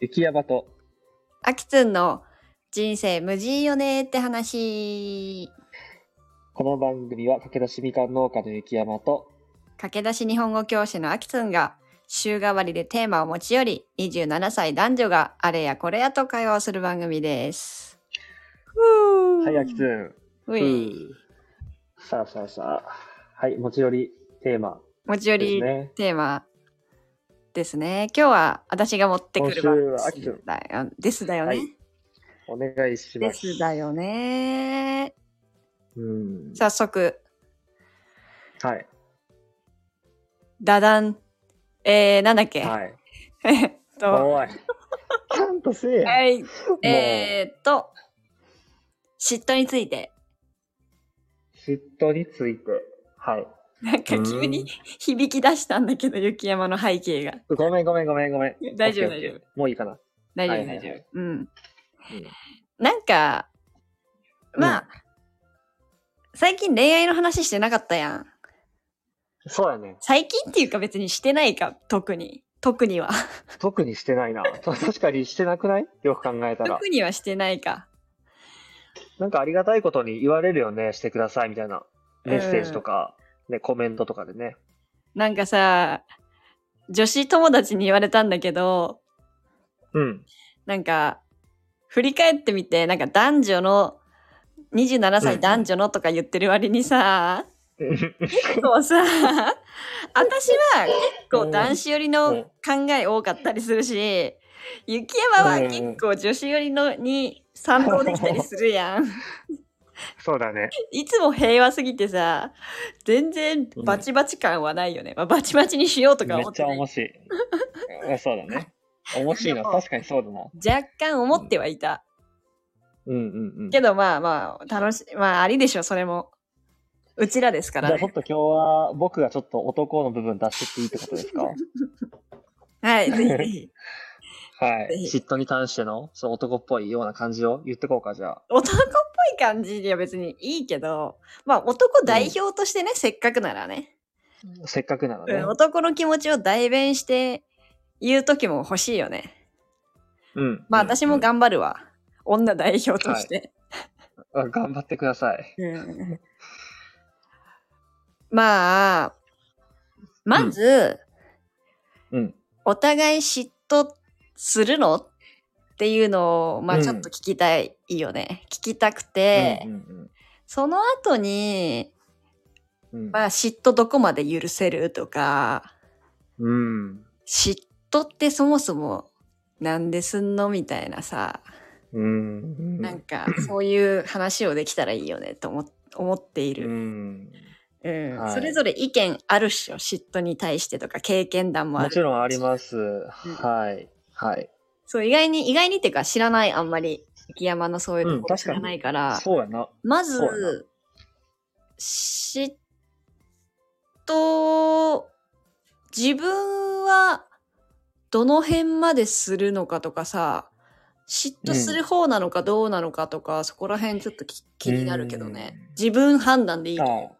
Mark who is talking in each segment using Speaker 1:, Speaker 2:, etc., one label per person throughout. Speaker 1: 雪山と
Speaker 2: あきつんの人生無事よねって話。
Speaker 1: この番組は駆け出しみかん農家の雪山と
Speaker 2: 駆け出し日本語教師のあきつんが週替わりでテーマを持ち寄り、27歳男女があれやこれやと会話をする番組です。
Speaker 1: は
Speaker 2: はい
Speaker 1: あきつん
Speaker 2: うい。
Speaker 1: さあさあさあはい持ち寄りテーマ
Speaker 2: 持ち寄
Speaker 1: です
Speaker 2: り
Speaker 1: ね
Speaker 2: テーマですね。今日は私が持ってくる番
Speaker 1: 今週はあきつん
Speaker 2: 組だよですだよね。
Speaker 1: はいお願いしま
Speaker 2: ですすだよね。
Speaker 1: うん
Speaker 2: 早速、
Speaker 1: はい
Speaker 2: ダダン。えー、なんだっけ、
Speaker 1: はい
Speaker 2: えっと、
Speaker 1: おいちゃんとせえや
Speaker 2: はい。
Speaker 1: もう
Speaker 2: えーっと、嫉妬について。
Speaker 1: 嫉妬についてはい
Speaker 2: なんか急
Speaker 1: う
Speaker 2: に
Speaker 1: ん
Speaker 2: 響き出したんだけど、雪山の背景が。
Speaker 1: ごめんごめんごめんごめん
Speaker 2: 大丈夫
Speaker 1: オッケー
Speaker 2: 大
Speaker 1: オ
Speaker 2: 丈夫
Speaker 1: ッケーもういいかな
Speaker 2: 大丈
Speaker 1: はい
Speaker 2: 夫、
Speaker 1: はい
Speaker 2: 大
Speaker 1: はい
Speaker 2: 丈夫。うん。なんか、
Speaker 1: うん
Speaker 2: まあ、最近恋愛の話してなかったやん。
Speaker 1: そうやね
Speaker 2: 最近っていうか別にしてないか、特に。特には。
Speaker 1: 特にしてないな確かにしてなくないよく考えたら
Speaker 2: 特にはしてないか。
Speaker 1: なんかありがたいことに言われるよね、してくださいみたいなメッセージとか、ね、コメントとかでね。
Speaker 2: なんかさ、女子友達に言われたんだけど、
Speaker 1: うん。
Speaker 2: なんか、振り返ってみて、なんか男女の、27
Speaker 1: うんう
Speaker 2: 歳
Speaker 1: ん
Speaker 2: 男女のとか言ってる割にさ、結 構さ、私は結構男子寄りの考え多かったりするし、雪山は結構女子寄りのに賛同できたりす るやん。
Speaker 1: そうだね。
Speaker 2: いつも平和すぎてさ、全然バチバチ感はないよね。まあ、バチバチにしようとか
Speaker 1: めっ
Speaker 2: 思っ
Speaker 1: ち
Speaker 2: て
Speaker 1: ゃ
Speaker 2: ない
Speaker 1: 面白 い。うんそうだね。面白いな。
Speaker 2: でも
Speaker 1: 確かにそうだな。
Speaker 2: 若干思ってはいた。
Speaker 1: うんうんうん。
Speaker 2: けどまあまあ、楽し、まあありでしょ、それも。うちらですか
Speaker 1: じゃ
Speaker 2: ら
Speaker 1: あちょっ
Speaker 2: ね。
Speaker 1: と今日は僕がちょっと男の部分出してっていいってことですか
Speaker 2: はい、ぜひぜ ひ。
Speaker 1: はい
Speaker 2: ぜ。ひ
Speaker 1: 嫉妬に関しての、その男っぽいような感じを言ってこうか、じゃあ。
Speaker 2: 男っぽい感じには別にいいけど、まあ男代表としてね、せっかくならね、
Speaker 1: せっかくなら
Speaker 2: う
Speaker 1: ね
Speaker 2: ん。男の気持ちを代弁して言う時も欲しいよね。
Speaker 1: うん。
Speaker 2: まあ
Speaker 1: うん
Speaker 2: 私も頑張るわ。女代表として。
Speaker 1: うん頑張ってください。
Speaker 2: うんまあ、まず、
Speaker 1: うん。
Speaker 2: お互い嫉妬するのっていうのを、ま
Speaker 1: う
Speaker 2: あ
Speaker 1: ん
Speaker 2: ちょっと聞きたいよね。聞きたくて、
Speaker 1: うんうん
Speaker 2: その後に、
Speaker 1: うんうん
Speaker 2: まあ嫉妬どこまで許せるとか、
Speaker 1: うん。
Speaker 2: 嫉妬ってそもそもなんですんのみたいなさ、
Speaker 1: うんうん。
Speaker 2: なんかそういう話をできたらいいよねと思思っていうる、
Speaker 1: ん。
Speaker 2: うん
Speaker 1: はい
Speaker 2: それぞれ意見あるっしょ、嫉妬に対してとか経験談もある。
Speaker 1: もちろんあります。はい。はい。
Speaker 2: そう、意外に、意外にっていうか知らない、あんまり。雪山のそういう
Speaker 1: う
Speaker 2: と
Speaker 1: ん
Speaker 2: ころ
Speaker 1: 確
Speaker 2: 知
Speaker 1: かに
Speaker 2: らないから、
Speaker 1: そうやな。
Speaker 2: ま
Speaker 1: そうやな
Speaker 2: ず、嫉妬、自分はどの辺までするのかとかさ、嫉妬する方なのかどうなのかとか、そこら辺ちょっとき気になるけどね
Speaker 1: うん。
Speaker 2: 自分判断でいい。う
Speaker 1: あ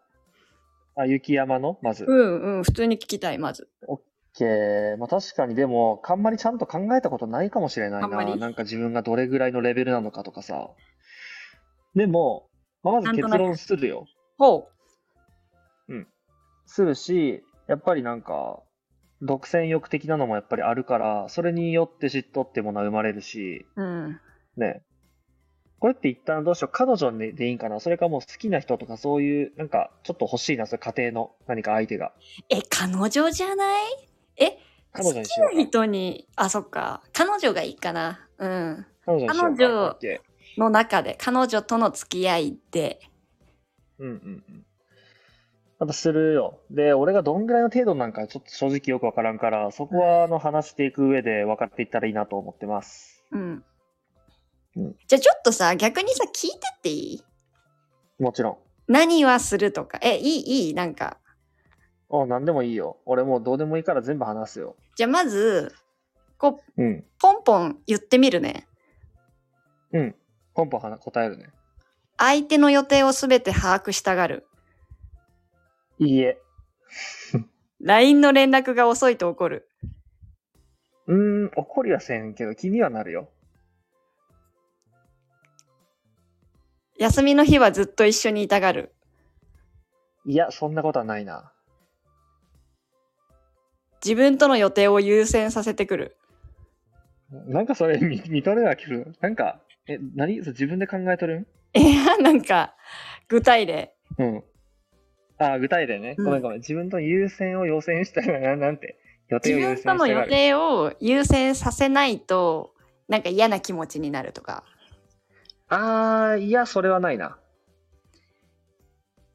Speaker 1: あ、雪山のまず。オッ
Speaker 2: んうん、普通に聞きたい、まず。
Speaker 1: ケー。まあ確かにでも、あんまりちゃんと考えたことないかもしれない
Speaker 2: あんま
Speaker 1: な。
Speaker 2: り
Speaker 1: なんか自分がどれぐらいのレベルなのかとかさ。でも、まあまず結論するよ。
Speaker 2: ほ
Speaker 1: するし、やっぱりなんか、独占欲的なのもやっぱりあるから、それによって嫉妬ってものは生まれるし、
Speaker 2: う。うん。
Speaker 1: ね。これって一旦どうしよう、彼女でいいんかなそれかもう好きな人とかそういう、なんかちょっと欲しいな、それ家庭の何か相手が。
Speaker 2: え、彼女じゃないえ、
Speaker 1: 彼女にしよ
Speaker 2: 好
Speaker 1: う
Speaker 2: きな人に、あ、そっか。彼女がいいかな。うん。
Speaker 1: 彼女にしようか。
Speaker 2: 彼女
Speaker 1: オッケ
Speaker 2: の中で、彼女との付き合いで。
Speaker 1: ーうんうんうん。やっぱするよ。で、俺がどんぐらいの程度なんかちょっと正直よくわからんから、そこはあの話していく上で分かっていったらいいなと思ってます。
Speaker 2: うん。
Speaker 1: うん
Speaker 2: じゃあちょっとさ、逆にさ、聞いてっていい
Speaker 1: もちろん。
Speaker 2: 何はするとか。え、いい、いい、なんか。
Speaker 1: お、なんでもいいよ。俺もうどうでもいいから全部話すよ。
Speaker 2: じゃあまず、こう、
Speaker 1: うん。
Speaker 2: ポンポン言ってみるね。
Speaker 1: うん。ポンポンはな答えるね。
Speaker 2: 相手の予定をすべて把握したがる。
Speaker 1: いいえ。
Speaker 2: LINE の連絡が遅いと怒る。
Speaker 1: うーん、ん、怒りはせんけど、気にはなるよ。
Speaker 2: 休みの日はずっと一緒にいたがる。
Speaker 1: いや、そんなことはないな。
Speaker 2: 自分との予定を優先させてくる。
Speaker 1: なんかそれ、見見とれなきる。なんか、え、何それ自分で考えとるん
Speaker 2: えー、なんか、具体例。
Speaker 1: うん。あー、具体例ね。
Speaker 2: うん
Speaker 1: ごめんごめん。自分と優先を要請したらな、 なんて。予定
Speaker 2: 自
Speaker 1: を優先し
Speaker 2: 分との
Speaker 1: て
Speaker 2: 予
Speaker 1: がる。
Speaker 2: 定を優先させないと、なんか嫌な気持ちになるとか。
Speaker 1: あー、いや、それはないな。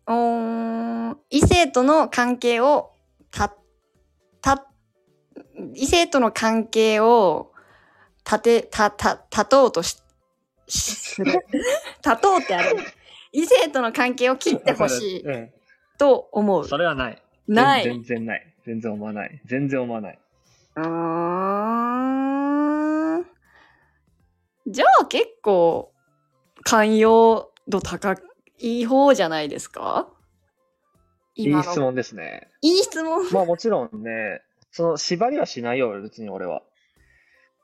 Speaker 2: うーん異性との関係をた、た、異性との関係を立て、た、た、立とうとし、 し立とうってある。異性との関係を切ってほしい
Speaker 1: うん。
Speaker 2: と思う。
Speaker 1: それはない。
Speaker 2: ない。う
Speaker 1: 全然ない。全然思わない。全然思わない。
Speaker 2: ーん。じゃあ結構寛容度高い方じゃないですか
Speaker 1: い
Speaker 2: 今
Speaker 1: い質
Speaker 2: の。
Speaker 1: 問ですね。
Speaker 2: いい質問。
Speaker 1: まあもちろんね、その縛りはしないよ、別に俺は。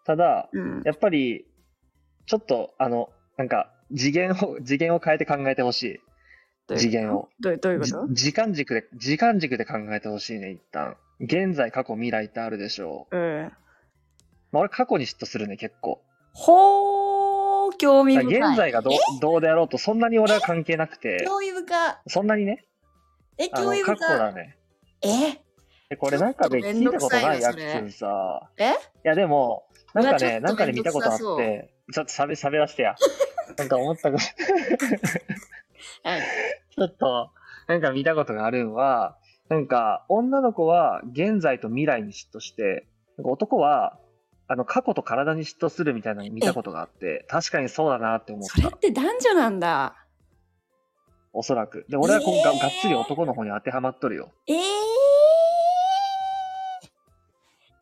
Speaker 1: ただ、
Speaker 2: うん
Speaker 1: やっぱり、ちょっと、あの、なんか、次元を、次元を変えて考えてほしい。次元を。
Speaker 2: どうどういうこ
Speaker 1: じ
Speaker 2: と
Speaker 1: 時間軸で、時間軸で考えてほしいね、一旦。現在、過去、未来ってあるでしょう。
Speaker 2: うん。
Speaker 1: まあ、俺、過去に嫉妬するね、結構。
Speaker 2: ほー、興味
Speaker 1: だ
Speaker 2: 深
Speaker 1: か
Speaker 2: い。
Speaker 1: ら現在がどうどうであろうと、そんなに俺は関係なくて、
Speaker 2: 興味深い。
Speaker 1: そんなにね、
Speaker 2: え、
Speaker 1: あの
Speaker 2: 興味
Speaker 1: 過去
Speaker 2: 深い。
Speaker 1: だね。
Speaker 2: え
Speaker 1: えこれなんかで
Speaker 2: ちょっと
Speaker 1: 聞いた
Speaker 2: 面倒く
Speaker 1: こと
Speaker 2: さ
Speaker 1: な
Speaker 2: いな
Speaker 1: いやつ
Speaker 2: それ
Speaker 1: さ。
Speaker 2: え
Speaker 1: いやでも、なんかね、
Speaker 2: うわち
Speaker 1: なん
Speaker 2: ょっと
Speaker 1: かで見たことあっ
Speaker 2: 面倒くさ
Speaker 1: て、ちょっとしゃべしゃべらせて や。なんか思ったこと、
Speaker 2: はい
Speaker 1: ちょっと、なんか見たことがあるんは、なんか女の子は現在と未来に嫉妬して、なんか男は、あの過去と体に嫉妬するみたいなの見たことがあって、確かにそうだなって思っ
Speaker 2: それ
Speaker 1: た
Speaker 2: っ。て男女なんだ。
Speaker 1: おそらく。で、俺はこうが,、
Speaker 2: えー
Speaker 1: がっつり男の方に当てはまっとるよ。
Speaker 2: えー、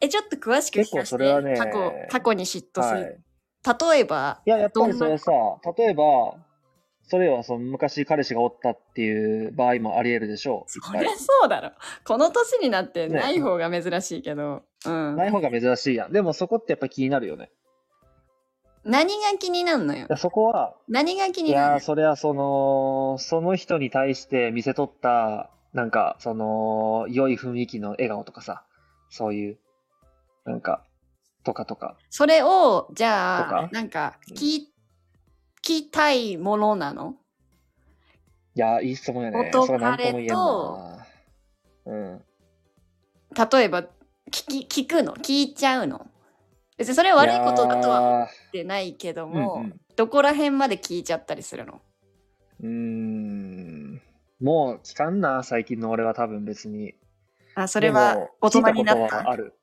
Speaker 2: え、ちょっと詳しく聞かせ
Speaker 1: 結
Speaker 2: て
Speaker 1: 構それはね
Speaker 2: 過去、過去に嫉妬す
Speaker 1: はい。
Speaker 2: る。例えば、
Speaker 1: いや、やっぱり
Speaker 2: どん
Speaker 1: そ
Speaker 2: な
Speaker 1: れさ、例えば、それはその昔彼氏がおったっていう場合もあり得るでしょう。
Speaker 2: そりゃそうだろ。この年になって
Speaker 1: ね
Speaker 2: ない方が珍しいけど。うん。
Speaker 1: ない方が珍しいやん。でもそこってやっぱ気になるよね。
Speaker 2: 何が気になんのよ
Speaker 1: い。やそこは、
Speaker 2: 何が気
Speaker 1: い
Speaker 2: にな
Speaker 1: やー、
Speaker 2: る
Speaker 1: それはその、その人に対して見せとった、なんか、その、良い雰囲気の笑顔とかさ、そういう、なんか、とかとか。
Speaker 2: それを、じ
Speaker 1: と
Speaker 2: ゃあ
Speaker 1: か、
Speaker 2: なんか、聞きたいものなの
Speaker 1: いやー、いい質問やね。
Speaker 2: 元
Speaker 1: それは何とも言えんなう
Speaker 2: 彼。
Speaker 1: ん。
Speaker 2: 例えば聞き聞くの聞いちゃうの別にそれは悪いことだとは思
Speaker 1: は
Speaker 2: ってないけど
Speaker 1: うん
Speaker 2: も、
Speaker 1: うん、
Speaker 2: どこら辺まで聞いちゃったりするの
Speaker 1: うーんもう聞かんな、最近の俺は多分別に。
Speaker 2: あそれは大人にな
Speaker 1: でも聞い
Speaker 2: っ
Speaker 1: たこと
Speaker 2: た
Speaker 1: はある。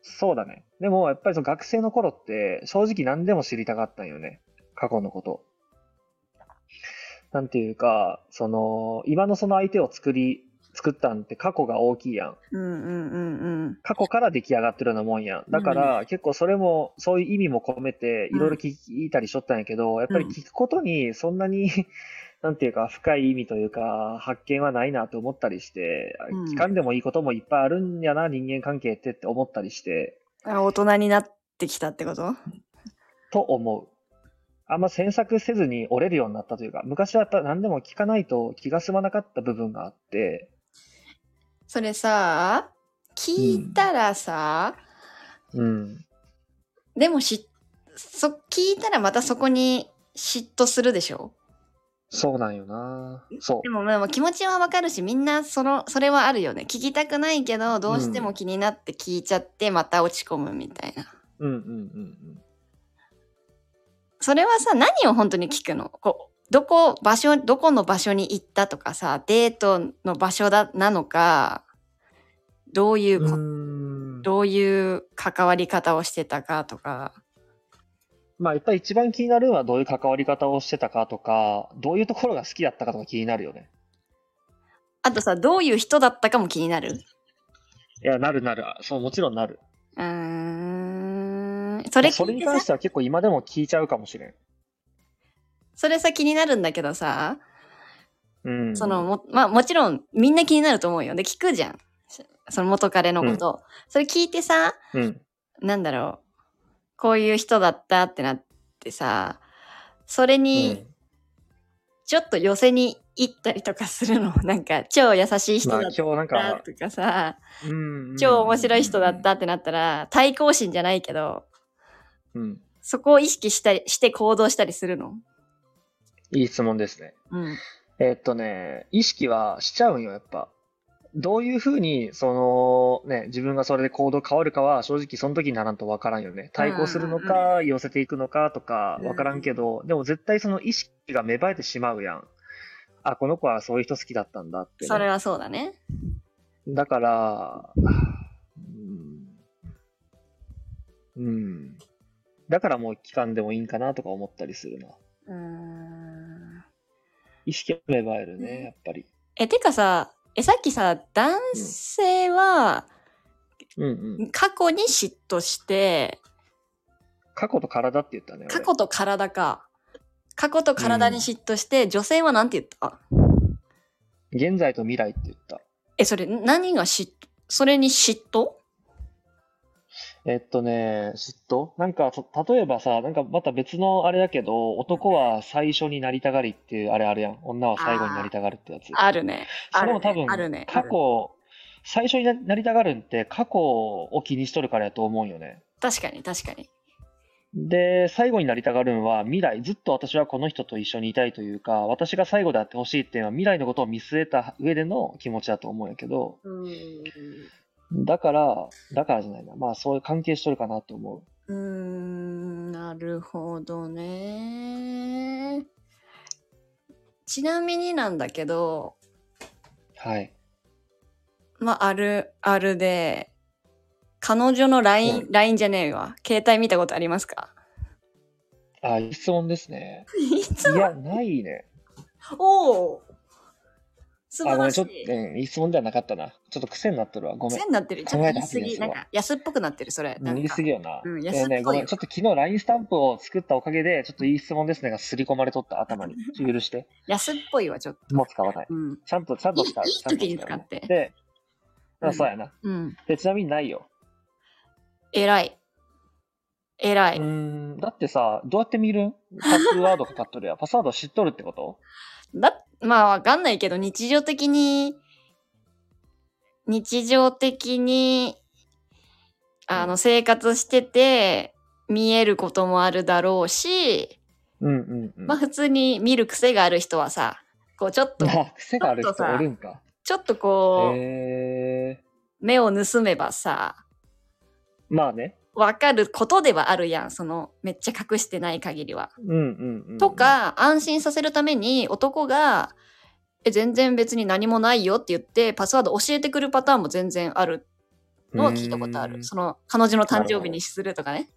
Speaker 1: そうだね。でもやっぱりその学生の頃って正直何でも知りたかったんよね。過去のこと。なんていうか、その、今のその相手を作り、作ったんって過去が大きいやん。
Speaker 2: うんうんうんうん
Speaker 1: 過去から出来上がってるようなもんやん。だから、結構それも、そういう意味も込めて、
Speaker 2: うん
Speaker 1: いろいろ聞いたりしとったんやけど、やっぱり
Speaker 2: うん
Speaker 1: 聞くことに、そんなに、 なんていうか、深い意味というか、発見はないなと思ったりして、
Speaker 2: うん
Speaker 1: 聞かんでもいいこともいっぱいあるんやな、人間関係ってって思ったりして、
Speaker 2: あ大人になってきたってこと
Speaker 1: と思う。あんま詮索せずに折れるようになったというか、昔はやっぱ何でも聞かないと気が済まなかった部分があって、
Speaker 2: それさ聞いたらさ、
Speaker 1: うん。
Speaker 2: でもしそ聞いたらまたそこに嫉妬するでしょ
Speaker 1: そうなんよなそう
Speaker 2: で。もまあまあ気持ちはわかるしみんなそのそれはあるよね聞きたくないけどどうしても気になって聞いちゃってまた落ち込むみたいな、
Speaker 1: うんうんうんうん。
Speaker 2: それはさ何を本当に聞くのこうどこ場所どこの場所に行ったとかさデートの場所だなのかどういうこ、
Speaker 1: うん
Speaker 2: どういう関わり方をしてたかとか
Speaker 1: まあ、やっぱり一番気になるのはどういう関わり方をしてたかとか、どういうところが好きだったかとか気になるよね。
Speaker 2: あとさどういう人だったかも気になる
Speaker 1: いや、なるなる。そう、もちろんなる。
Speaker 2: うーんそ
Speaker 1: そ
Speaker 2: れ
Speaker 1: それ
Speaker 2: 聞い
Speaker 1: に
Speaker 2: てさ
Speaker 1: 関しては結構今でも聞いちゃうかもしれん。
Speaker 2: それさ気になるんだけどさ
Speaker 1: うん。
Speaker 2: その、も、まあもちろんみんな気になると思うよ。で、聞くじゃん。その元彼のこと。それ聞いてさ、
Speaker 1: うん。
Speaker 2: なんだろう。こういう人だったってなってさ、それに、ちょっと寄せに行ったりとかするの、 なんか、超優しい人
Speaker 1: まあ
Speaker 2: だ
Speaker 1: 今日
Speaker 2: っ
Speaker 1: なん
Speaker 2: た
Speaker 1: か、
Speaker 2: とかさ、
Speaker 1: うん
Speaker 2: 超面白い人だっ。たってなったら、対抗心じゃないけど、
Speaker 1: うん。
Speaker 2: そこを意識したり、して行動したりするの。
Speaker 1: いい質問ですね。
Speaker 2: うん。
Speaker 1: えっとね、意識はしちゃうんよ、やっぱ。どういうふうに、その、ね、自分がそれで行動変わるかは、正直その時にならんとわからんよね。対抗するのか、寄せていくのかとか、わからんけど、でも絶対その意識が芽生えてしまうやん。あ、この子はそういう人好きだったんだってね、
Speaker 2: それはそうだね。
Speaker 1: だから、うん。うん。だからもう期間でもいいんかなとか思ったりするな。
Speaker 2: うーん。
Speaker 1: 意識が芽生えるね、やっぱり。
Speaker 2: え、てかさ、え、さっきさ、男性は
Speaker 1: うんうん。
Speaker 2: 過去に嫉妬して、
Speaker 1: 過去と体って言ったね。俺
Speaker 2: 過去と体か。過去と体に嫉妬して、女性はなんて言った
Speaker 1: 現在と未来って言った。
Speaker 2: え、それ、何が嫉妬それに嫉妬
Speaker 1: えっとね、嫉妬なんか、そ例えばさ、なんかまた別のあれだけど、男は最初になりたがりっていうあれあるやん。女は最後になりたがるってやつ。
Speaker 2: あるね。
Speaker 1: それも多分、
Speaker 2: あるね。あ
Speaker 1: 過
Speaker 2: るね
Speaker 1: 去、最初にななりたがるんって過去を気にしとるからやと思うんよね。
Speaker 2: 確かに、確かに。
Speaker 1: で、最後になりたがるんは未来、ずっと私はこの人と一緒にいたいというか、私が最後であってほしいっていうのは未来のことを見据えた上での気持ちだと思うんやけど、
Speaker 2: うん。
Speaker 1: だから、だからじゃないな。まあ、そういう関係しとるかなと思
Speaker 2: うーん、なるほどね。ちなみになんだけど、
Speaker 1: う。はい。
Speaker 2: まあ、ある、あるで、彼女の LINE、
Speaker 1: う
Speaker 2: LINE じゃねえわ。携帯見たことありますか
Speaker 1: あ、いい質問ですね。
Speaker 2: いつ
Speaker 1: いや、ないね。
Speaker 2: おお素
Speaker 1: あ、ごめ
Speaker 2: 晴ら
Speaker 1: ん、
Speaker 2: し
Speaker 1: ちょっ
Speaker 2: い。
Speaker 1: と、うん、いい質問ではなかったな。ちょっと癖になっとるわ。ごめん
Speaker 2: 癖。になってる。ちょっと言い過
Speaker 1: 考え
Speaker 2: ぎ。
Speaker 1: た
Speaker 2: なん
Speaker 1: 後
Speaker 2: か安っぽくなってる、それ。な
Speaker 1: うん
Speaker 2: ん
Speaker 1: 言い
Speaker 2: か
Speaker 1: 過ぎよな。
Speaker 2: うん
Speaker 1: え
Speaker 2: 安っぽい
Speaker 1: ーね、ごめん、ちょっと昨日 LINE スタンプを作ったおかげで、ちょっといい質問ですねが刷り込まれとった頭 に。ちょ許して。
Speaker 2: 安っぽいわ、ちょっと。
Speaker 1: もう使わない。
Speaker 2: うん。
Speaker 1: ちゃんと、ちゃんと使う。
Speaker 2: いいいい
Speaker 1: ちゃんと
Speaker 2: 時に使って
Speaker 1: で、
Speaker 2: う
Speaker 1: あ
Speaker 2: ん
Speaker 1: そうやな。
Speaker 2: うん。
Speaker 1: で、ちなみにないよ。
Speaker 2: 偉い。偉
Speaker 1: う
Speaker 2: い。
Speaker 1: ーん、だってさ、どうやって見るんパスワードかかっと るやん。パスワード知っとるってこと
Speaker 2: だ、まあわかんないけど、日常的に、日常的に、あ
Speaker 1: う
Speaker 2: の、生活してて、見えることもあるだろうし、
Speaker 1: うんうんうん。
Speaker 2: まあ普通に見る癖がある人はさ、こうちょっと、
Speaker 1: あ、 癖がある人
Speaker 2: ちょっとさ
Speaker 1: おるんか。
Speaker 2: ちょっとこう、
Speaker 1: へえ
Speaker 2: 目を盗めばさ、
Speaker 1: まあね。
Speaker 2: わかることではあるやん。その、めっちゃ隠してない限りは。
Speaker 1: うんうんうん。
Speaker 2: と、か、安心させるために男が、え、全然別に何もないよって言って、パスワード教えてくるパターンも全然あるのは聞いたことある。その、彼女の誕生日にするとかね、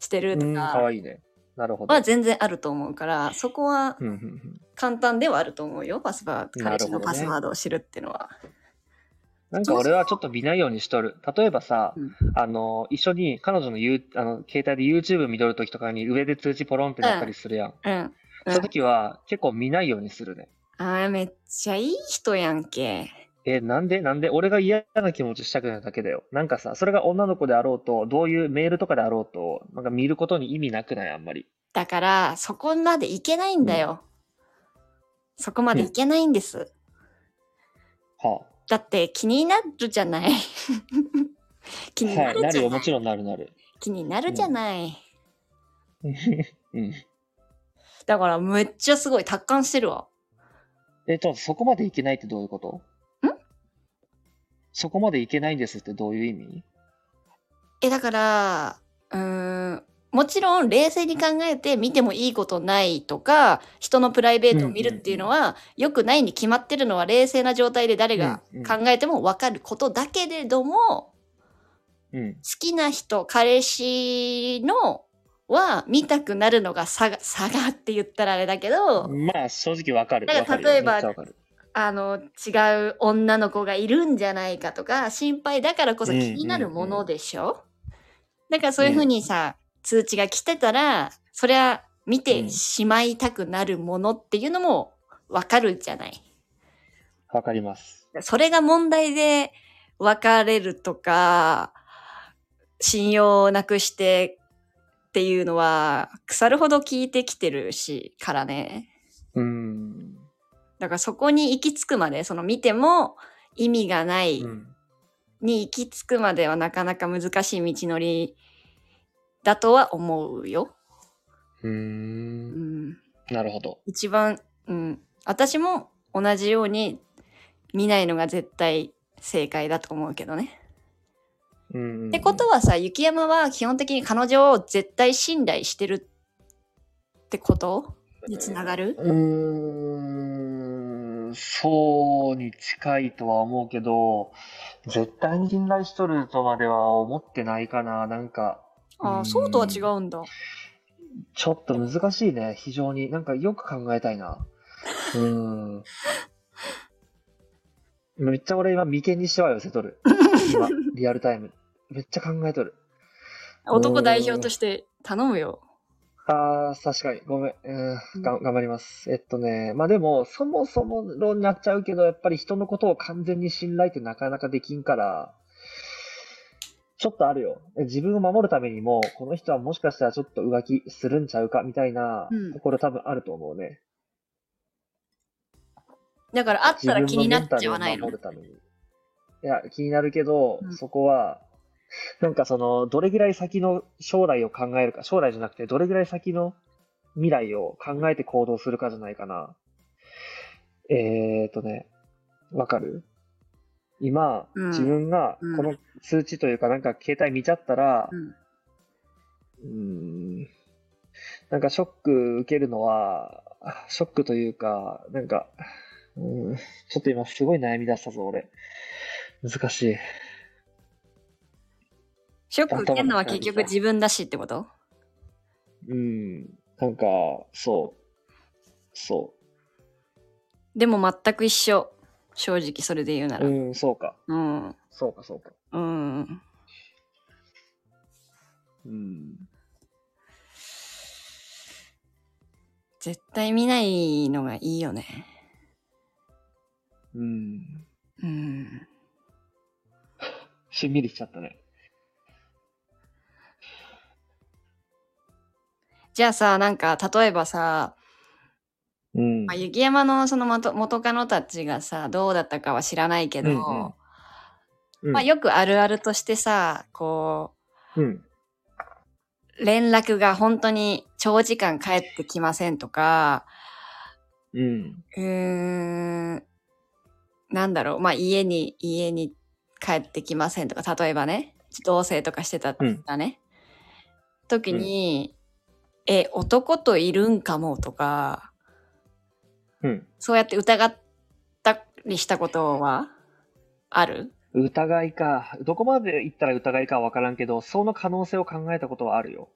Speaker 2: して
Speaker 1: う
Speaker 2: る
Speaker 1: ん、
Speaker 2: と
Speaker 1: うんか
Speaker 2: か
Speaker 1: わいいね。なるほど。
Speaker 2: は全然あると思うから、そこは
Speaker 1: うんうんうん
Speaker 2: 簡単ではあると思うよ、パスワード。
Speaker 1: な
Speaker 2: 彼
Speaker 1: る
Speaker 2: 氏
Speaker 1: ほど
Speaker 2: の
Speaker 1: ね
Speaker 2: パスワードを知るっていうのは。
Speaker 1: なんか俺はちょっと見ないようにしとる。例えばさ、
Speaker 2: うん
Speaker 1: あの、一緒に彼女のゆうあの携帯で YouTube 見とるときとかに上で通知ポロンってなったりするやん。
Speaker 2: うん。うん
Speaker 1: その時は結構見ないようにするね。
Speaker 2: ああ、めっちゃいい人やんけ。
Speaker 1: え、なんでなんで俺が嫌な気持ちしたくないだけだよ。なんかさ、それが女の子であろうと、どういうメールとかであろうと、なんか見ることに意味なくないあんまり。
Speaker 2: だから、そこまでいけないんだよ。そこまでいけないんです。
Speaker 1: は
Speaker 2: だって気になるじ ゃない。気
Speaker 1: あ。
Speaker 2: にな
Speaker 1: はい、
Speaker 2: る
Speaker 1: な
Speaker 2: じ
Speaker 1: るよ。
Speaker 2: ゃな
Speaker 1: も
Speaker 2: い。
Speaker 1: ちろんなるなる。
Speaker 2: 気になるじゃない。
Speaker 1: うん。
Speaker 2: だからめっちゃすごい達観してるわ。
Speaker 1: え、ちょっとそこまでいけないってどういうこと
Speaker 2: ん
Speaker 1: そこまでいけないんですってどういう意味
Speaker 2: え、だから、うーん、もちろん冷静に考えて見てもいいことないとか、人のプライベートを見るっていうのは、良くないに決まってるのは冷静な状態で誰が
Speaker 1: うんうん
Speaker 2: 考えてもわかることだけれども、
Speaker 1: うん。
Speaker 2: 好きな人、彼氏のは見たくなるのが差が、差がって言ったらあれだけど、
Speaker 1: まあ、正直わかる。
Speaker 2: だか
Speaker 1: わる
Speaker 2: ら
Speaker 1: よ
Speaker 2: 例えば
Speaker 1: めっちゃわかる
Speaker 2: あの違う女の子がいるんじゃないかとか心配だからこそ気になるものでしょ、だからそういうふうにさ、通知が来てたらそりゃ見てしまいたくなるものっていうのもわかるじゃない。
Speaker 1: わかります。
Speaker 2: それが問題で別れるとか信用をなくしてっていうのは腐るほど聞いてきてるしからね
Speaker 1: うん。
Speaker 2: だからそこに行き着くまでその見ても意味がない
Speaker 1: うん。
Speaker 2: に行き着くまではなかなか難しい道のりだとは思うよ。
Speaker 1: う。
Speaker 2: うんん、
Speaker 1: なるほど。
Speaker 2: 一番、うん、私も同じように見ないのが絶対正解だと思うけどね。
Speaker 1: うん。
Speaker 2: ってことはさ雪山は基本的に彼女を絶対信頼してるってことにつながる
Speaker 1: うーん、そうに近いとは思うけど、絶対に信頼しとるとまでは思ってないかな。なんか、
Speaker 2: あ
Speaker 1: う
Speaker 2: あ
Speaker 1: ん
Speaker 2: そうとは違うんだ。
Speaker 1: ちょっと難しいね。非常に。なんかよく考えたいな。うーん。めっちゃ俺今眉間にしわ寄せとる。今、リアルタイム。めっちゃ考えとる。
Speaker 2: 男代表として頼むよ。
Speaker 1: ああ、確かに。ごめん。うん、が頑張ります。えっとね、まあでも、そもそも論になっちゃうけど、やっぱり人のことを完全に信頼ってなかなかできんから、ちょっとあるよ。え自分を守るためにも、この人はもしかしたらちょっと浮気するんちゃうかみたいな
Speaker 2: うん
Speaker 1: ところ多分あると思うね。
Speaker 2: だからあっ
Speaker 1: 自
Speaker 2: たら
Speaker 1: 分
Speaker 2: 気
Speaker 1: の
Speaker 2: に
Speaker 1: メ
Speaker 2: な
Speaker 1: ン
Speaker 2: っ
Speaker 1: タ
Speaker 2: ちゃ
Speaker 1: ルを
Speaker 2: わないの
Speaker 1: 守るために。いや、気になるけど、
Speaker 2: うん
Speaker 1: そこは、 なんかその、どれぐらい先の将来を考えるか、将来じゃなくて、どれぐらい先の未来を考えて行動するかじゃないかな。えーとね、わかる今、
Speaker 2: うん
Speaker 1: 自分が
Speaker 2: うん
Speaker 1: この数値というか、なんか携帯見ちゃったら、う
Speaker 2: うん
Speaker 1: ーんなんかショック受けるのは、ショックというか、なんか、うん、ちょっと今すごい悩み出したぞ、俺。難しい。
Speaker 2: ショック受けるのは結局自分だしってこと
Speaker 1: うん。なんか、そう。そ
Speaker 2: でも全く一緒正直それで言うな
Speaker 1: う。
Speaker 2: ら
Speaker 1: うん、そうか。
Speaker 2: うん
Speaker 1: そうか、そうか。
Speaker 2: うん
Speaker 1: うん。
Speaker 2: 絶対見ないのがいいよね
Speaker 1: うん。
Speaker 2: うん
Speaker 1: しんみりしちゃったね。
Speaker 2: じゃあさなんか例えばさ、
Speaker 1: うん。
Speaker 2: まあ、雪山のその元元カノたちがさどうだったかは知らないけど、
Speaker 1: うんうんうん
Speaker 2: まあ、よくあるあるとしてさこ
Speaker 1: うん。
Speaker 2: う連絡が本当に長時間帰ってきませんとか
Speaker 1: うん。
Speaker 2: うーんなんだろう、まあ、家に、家に帰ってきませんとか、例えばね、同棲とかしてたらね、時に、え、男といるんかもとか、
Speaker 1: うん。
Speaker 2: そうやって疑ったりしたことはある
Speaker 1: 疑いか。どこまで行ったら疑いかはわからんけど、その可能性を考えたことはあるよ。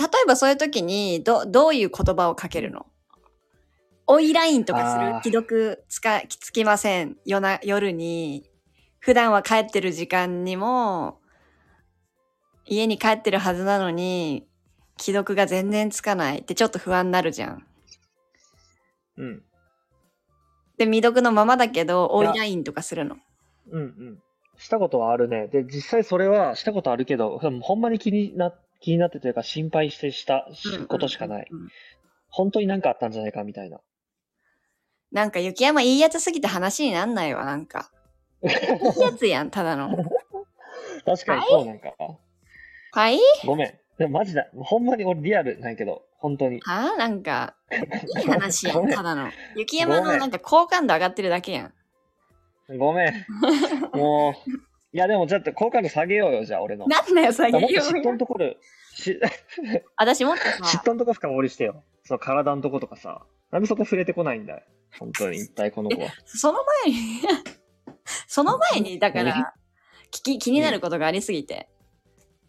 Speaker 2: 例えばそういう時に、ど、どういう言葉をかけるのオイラインとかする
Speaker 1: あー
Speaker 2: 既読つか、つきません。夜な、夜に、普段は帰ってる時間にも、家に帰ってるはずなのに、既読が全然つかないってちょっと不安になるじゃん。
Speaker 1: うん。
Speaker 2: で、未読のままだけど、オ
Speaker 1: い
Speaker 2: イ
Speaker 1: や
Speaker 2: ラインとかするの。
Speaker 1: うんうん。したことはあるね。で、実際それはしたことあるけど、でもほんまに気にな、気になってというか心配してしたしことしかない。
Speaker 2: うんうんうんうん。
Speaker 1: 本当になんかあったんじゃないかみたいな。
Speaker 2: なんか雪山いいやつすぎて話になんないわ、なんか。いいやつやん、ただの。
Speaker 1: 確かにそうなんか。
Speaker 2: はい
Speaker 1: ごめん。でもマジだ。ほんまに俺リアルなんやけど、本当に。
Speaker 2: はあな んか、いい話や
Speaker 1: ご
Speaker 2: ん、
Speaker 1: めん
Speaker 2: ただの。雪山
Speaker 1: ご
Speaker 2: の
Speaker 1: めん
Speaker 2: なんか好感度上がってるだけやん。
Speaker 1: ごめん。 もう。いやでもちょっと好感度下げようよ、じゃあ俺の。
Speaker 2: なんだよ、下げ
Speaker 1: もっと
Speaker 2: よ
Speaker 1: 嫉
Speaker 2: う
Speaker 1: 妬の
Speaker 2: よ。
Speaker 1: ところ、し
Speaker 2: 私もっと
Speaker 1: 嫉
Speaker 2: さ、
Speaker 1: 妬のとこ深掘りしてよ。その体のとことかさ。なんでそこ触れてこないんだよ。本当に一体この 子は。
Speaker 2: その前に、その前に、だから、聞き、気になることがありすぎて。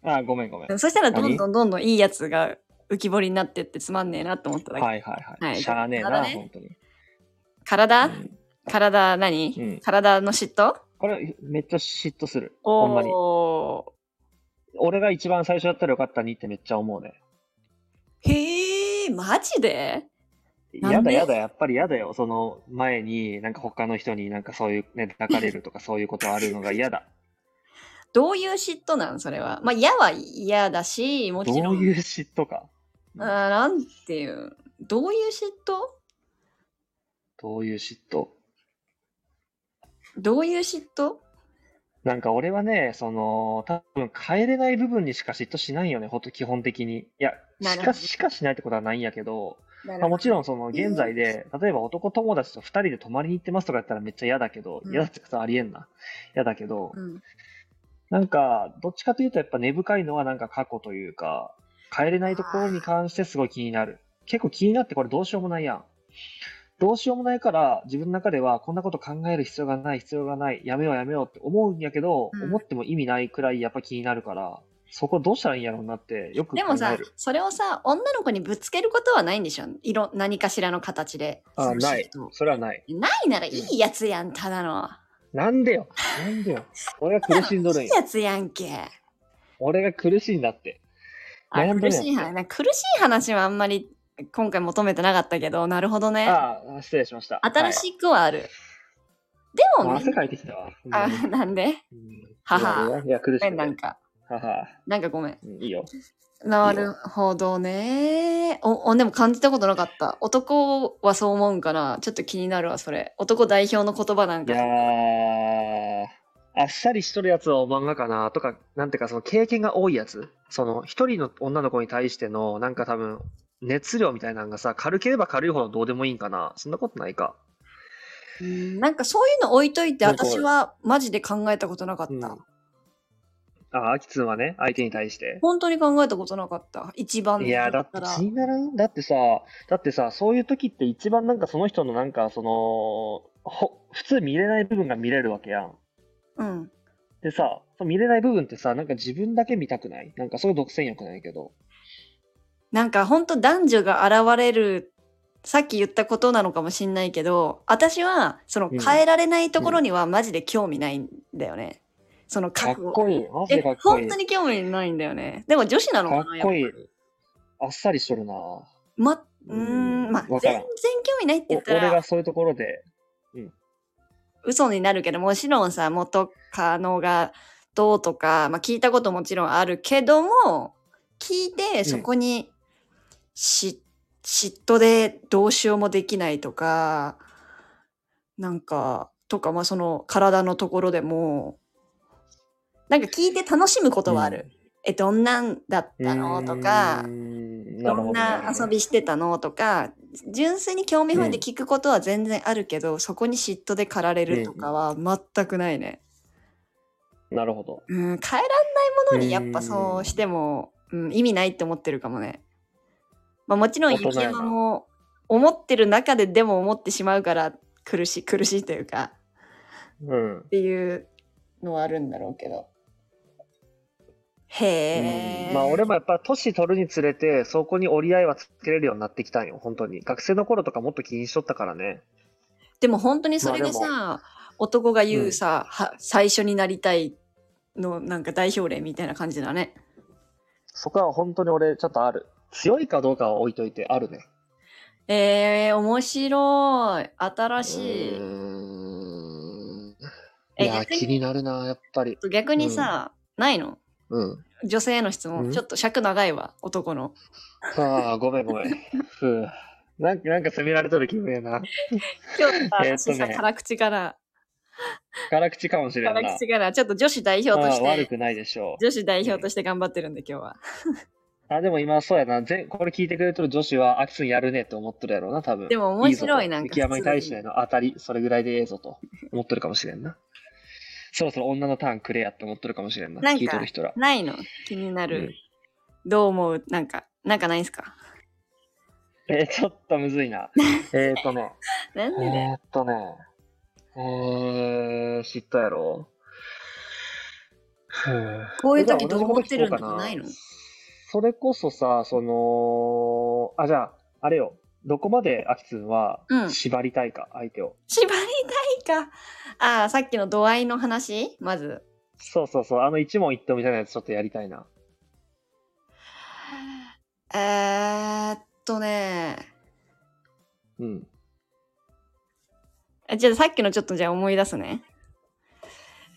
Speaker 1: ああ、ごめんごめん。
Speaker 2: そしたら、どん
Speaker 1: 何
Speaker 2: どんどんどんいいやつが浮き彫りになってってつまんねえなって思っただけ。
Speaker 1: はいはいは
Speaker 2: はい
Speaker 1: い。しゃあねえ
Speaker 2: 体
Speaker 1: な、
Speaker 2: ね
Speaker 1: 本当に。う
Speaker 2: 体
Speaker 1: ん
Speaker 2: 体何、
Speaker 1: うん
Speaker 2: 体の嫉妬
Speaker 1: これめっちゃ嫉妬する。ほんまに。
Speaker 2: お
Speaker 1: 俺が一番最初やったらよかったにってめっちゃ思うね。
Speaker 2: ー。へえ、マジでなんで
Speaker 1: やだやだ、やっぱりやだよ。その前に、なんか他の人になんかそういうね、抱かれるとかそういうことあるのが嫌だ。
Speaker 2: どういう嫉妬なんそれは。まあ、嫌は嫌だし、も
Speaker 1: ど
Speaker 2: ちろ。
Speaker 1: うんいう嫉妬か。
Speaker 2: あーなんていう。どういう嫉妬
Speaker 1: どういう嫉妬。
Speaker 2: どういう嫉妬
Speaker 1: なんか俺はね、その、多分変えれない部分にしか嫉妬しないよね、ほんと基本的に。いや、
Speaker 2: な
Speaker 1: し
Speaker 2: るほ
Speaker 1: か
Speaker 2: ど
Speaker 1: しかしないってことはないんやけど、
Speaker 2: なる
Speaker 1: まあ、
Speaker 2: ほど
Speaker 1: もちろんその現在で、例えば男友達と2人で泊まりに行ってますとかやったらめっちゃ嫌だけど、
Speaker 2: うん
Speaker 1: 嫌だってことはありえんな。嫌だけど、
Speaker 2: うん
Speaker 1: なんか、どっちかというとやっぱ根深いのはなんか過去というか、変えれないところに関してすごい気になる。結構気になってこれどうしようもないやん。どうしようもないから自分の中ではこんなこと考える必要がない、必要がない、やめようやめようって思うんやけど、
Speaker 2: うん
Speaker 1: 思っても意味ないくらいやっぱ気になるから、そこどうしたらいいんやろうなってよく考え
Speaker 2: で
Speaker 1: る。
Speaker 2: もさ、それをさ、女の子にぶつけることはないんでしょいろ何かしらの形で。
Speaker 1: あ、ない
Speaker 2: その嫉。
Speaker 1: それはない。
Speaker 2: 妬ないならいいやつやん、ただの。
Speaker 1: なんでよ。なんでよ。俺が苦しんどるん
Speaker 2: いい
Speaker 1: や。
Speaker 2: やつやんけ。
Speaker 1: 俺が苦しいんだって。
Speaker 2: あ
Speaker 1: 悩んで
Speaker 2: 苦
Speaker 1: るやん
Speaker 2: しい話。なんか苦しい話はあんまり今回求めてなかったけど、なるほどね。
Speaker 1: ああ、失礼しました。
Speaker 2: 新
Speaker 1: い。
Speaker 2: しくはある。で
Speaker 1: あ
Speaker 2: も
Speaker 1: 汗
Speaker 2: ね、
Speaker 1: かいてきたわ。うん
Speaker 2: あなんで
Speaker 1: うん
Speaker 2: ははい
Speaker 1: やいや、苦し
Speaker 2: ごめ
Speaker 1: い
Speaker 2: ん、な
Speaker 1: ね
Speaker 2: ん。か、
Speaker 1: はは。
Speaker 2: なんかごめん。
Speaker 1: うんいいよ。
Speaker 2: なるほどね。お、お、でも感じたことなかった。男はそう思うんかな。ちょっと気になるわ、それ。男代表の言葉なん
Speaker 1: いや
Speaker 2: か。
Speaker 1: ー、あっさりしとるやつは漫画かなとか、なんていうか、その経験が多いやつ。その、一人の女の子に対しての、なんか多分、熱量みたいなのがさ、軽ければ軽いほどどうでもいいんかな。そんなことないか。
Speaker 2: うんなんかそういうの置いといて、
Speaker 1: なんか
Speaker 2: 私はマジで考えたことなかっ
Speaker 1: うん
Speaker 2: た。
Speaker 1: あ、アキツンはね、相手に対して。
Speaker 2: 本当に考えたことなかった。一番の
Speaker 1: いやー、だって気にならんだってさ、だってさ、そういう時って一番なんかその人のなんか、その、ほ普通見れない部分が見れるわけやん。
Speaker 2: うん。
Speaker 1: でさ、その見れない部分ってさ、なんか自分だけ見たくないなんかそういう独占欲ないけど。
Speaker 2: なんか本当男女が現れる、さっき言ったことなのかもしんないけど、私はその
Speaker 1: うん
Speaker 2: 変えられないところにはマジで興味ないんだよね。その
Speaker 1: かっ
Speaker 2: 覚悟。
Speaker 1: こいい。マジ
Speaker 2: え
Speaker 1: でかっ、こい
Speaker 2: 本
Speaker 1: い。
Speaker 2: 当に興味ないんだよね。でも女子なの
Speaker 1: か
Speaker 2: か
Speaker 1: っ
Speaker 2: な
Speaker 1: こいい
Speaker 2: やっぱり。
Speaker 1: あっさりしとるな
Speaker 2: ま、う
Speaker 1: うー
Speaker 2: ーん、
Speaker 1: ん
Speaker 2: まあ、全
Speaker 1: わか
Speaker 2: 然
Speaker 1: らん
Speaker 2: 興味ないって
Speaker 1: お
Speaker 2: 言った
Speaker 1: 俺が
Speaker 2: ら、
Speaker 1: そういうところで。
Speaker 2: 嘘になるけど、もちろんさ、元カノがどうとか、まあ聞いたこともちろんあるけども、聞いて、そこに、し、嫉妬でどうしようもできないとか、なんか、とか、まあその体のところでも、なんか聞いて楽しむことはある。え、どんなんだったのとか
Speaker 1: うー、んなる
Speaker 2: ど
Speaker 1: ほ
Speaker 2: ん
Speaker 1: ど
Speaker 2: な遊びしてたのとか純粋に興味本位で聞くことは全然あるけど、そこに嫉妬で駆られるとかは全くないね。
Speaker 1: なるほど。
Speaker 2: うん、変えらんないものにやっぱそうしても、うん、意味ないって思ってるかもね。まあ、もちろん
Speaker 1: 大人
Speaker 2: 雪
Speaker 1: やな
Speaker 2: 山も思ってる中ででも思ってしまうから苦しい苦しいというか
Speaker 1: うん
Speaker 2: っ。ていうのはあるんだろうけど。へえ、
Speaker 1: うんまあ俺もやっぱ年取るにつれてそこに折り合いはつけれるようになってきたんよ本当に学生の頃とかもっと気にしとったからね
Speaker 2: でも本当にそれでさ、男が言うさ、は最初になりたいのなんか代表例みたいな感じだね。
Speaker 1: そこは本当に俺ちょっとある強いかどうかは置いといてあるね
Speaker 2: えー、面白い。新し
Speaker 1: う
Speaker 2: い。
Speaker 1: ーんい
Speaker 2: え
Speaker 1: や
Speaker 2: 逆に
Speaker 1: 気になるなやっぱり
Speaker 2: 逆にさ、ないの
Speaker 1: うん
Speaker 2: 女性への質問、
Speaker 1: うん
Speaker 2: ちょっと尺長いわ、男 の。
Speaker 1: ああごめんごめん ふうなんかなんか責められとる気分やな
Speaker 2: 今日さ、
Speaker 1: えーっと
Speaker 2: 私
Speaker 1: ね
Speaker 2: さ、辛口から、
Speaker 1: 辛口かもしれんな
Speaker 2: 辛口から、ちょっと女子代表とし
Speaker 1: ああ悪
Speaker 2: て、
Speaker 1: くないでしょう
Speaker 2: 女子代表として頑張ってるんで、今日は。
Speaker 1: あでも今そうやなぜこれ聞いてくれてる女子はアキスンやるねって思っとるやろうな多分
Speaker 2: でも
Speaker 1: い
Speaker 2: 面白い
Speaker 1: いぞと
Speaker 2: なんか
Speaker 1: 雪山に対しての当たりそれぐらいでええぞと思っとるかもしれんなそろそろ女のターンくれやって思っとるかもしれんな
Speaker 2: なんか
Speaker 1: 聞いとる人ら
Speaker 2: ないの気にな
Speaker 1: う
Speaker 2: る
Speaker 1: ん。
Speaker 2: どう思うなんか、なんかないんすか
Speaker 1: えーちょっとむずい なえーっとね
Speaker 2: なんでだよ
Speaker 1: えーっとねえー、嫉妬やろふう
Speaker 2: こういう時
Speaker 1: じ
Speaker 2: ど
Speaker 1: ゃあ
Speaker 2: う思ってるの
Speaker 1: 同じこと聞こうかな
Speaker 2: かないの
Speaker 1: それこそさ、その、あ、じゃあ、あれよ。どこまでアキツンは
Speaker 2: うん
Speaker 1: 縛りたいか、相手を。
Speaker 2: 縛りたいか。ああ、さっきの度合いの話まず。
Speaker 1: そうそうそう、あの一問一答みたいなやつちょっとやりたいな。
Speaker 2: えー、っとね。
Speaker 1: うん。
Speaker 2: あじゃあさっきのちょっとじゃあ思い出すね。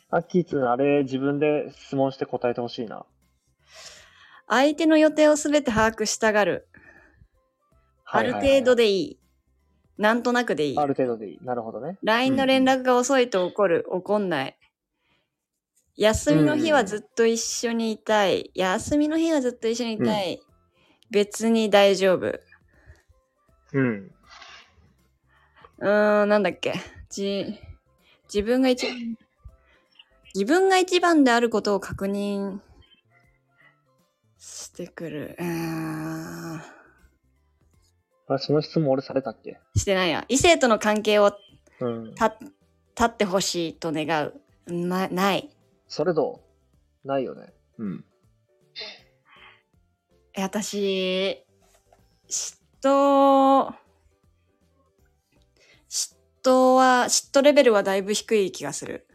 Speaker 1: アッキーつん、あれ、自分で質問して答えてほしいな。
Speaker 2: 相手の予定をすべて把握したがる。ある程度
Speaker 1: で。
Speaker 2: でいい。なんとなくでいい
Speaker 1: あ。る程度でいい。なるほどね。
Speaker 2: LINE の連絡が遅いと怒る、怒んない。休みの日はずっと一緒にいたい。休みの日はずっと一緒にいたい。別に大丈夫。う
Speaker 1: うん。
Speaker 2: ーん、なんだっけ。じ、自分が一番、自分が一番であることを確認してくる。うーん。
Speaker 1: あその質問俺されたっけ
Speaker 2: してないや。異性との関係を
Speaker 1: うん。
Speaker 2: た立ってほしいと願う。ま、ない。
Speaker 1: それどうないよね。うん。
Speaker 2: え私嫉妬嫉妬は嫉妬レベルはだいぶ低い気がする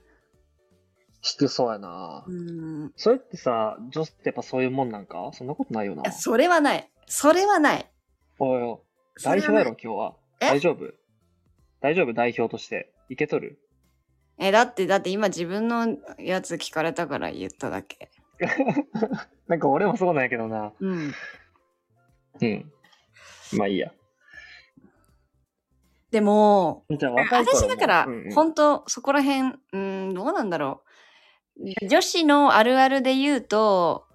Speaker 1: してそうやな
Speaker 2: う。ん
Speaker 1: それってさ、女子ってやっぱそういうもんなんかそんなことないよな。
Speaker 2: いやそれはないそれはない
Speaker 1: おいおい代表やろ、今日は。
Speaker 2: え
Speaker 1: 大丈夫大丈夫代表として。いけとる
Speaker 2: えだってだって今自分のやつ聞かれたから言っただけ
Speaker 1: なんか俺もそうなんやけどな。
Speaker 2: うん
Speaker 1: うん。まあいいや。
Speaker 2: でも
Speaker 1: じゃあ若い頃
Speaker 2: 私
Speaker 1: も
Speaker 2: だから
Speaker 1: うんうん
Speaker 2: 本当そこら辺うんどうなんだろう女子のあるあるで言うと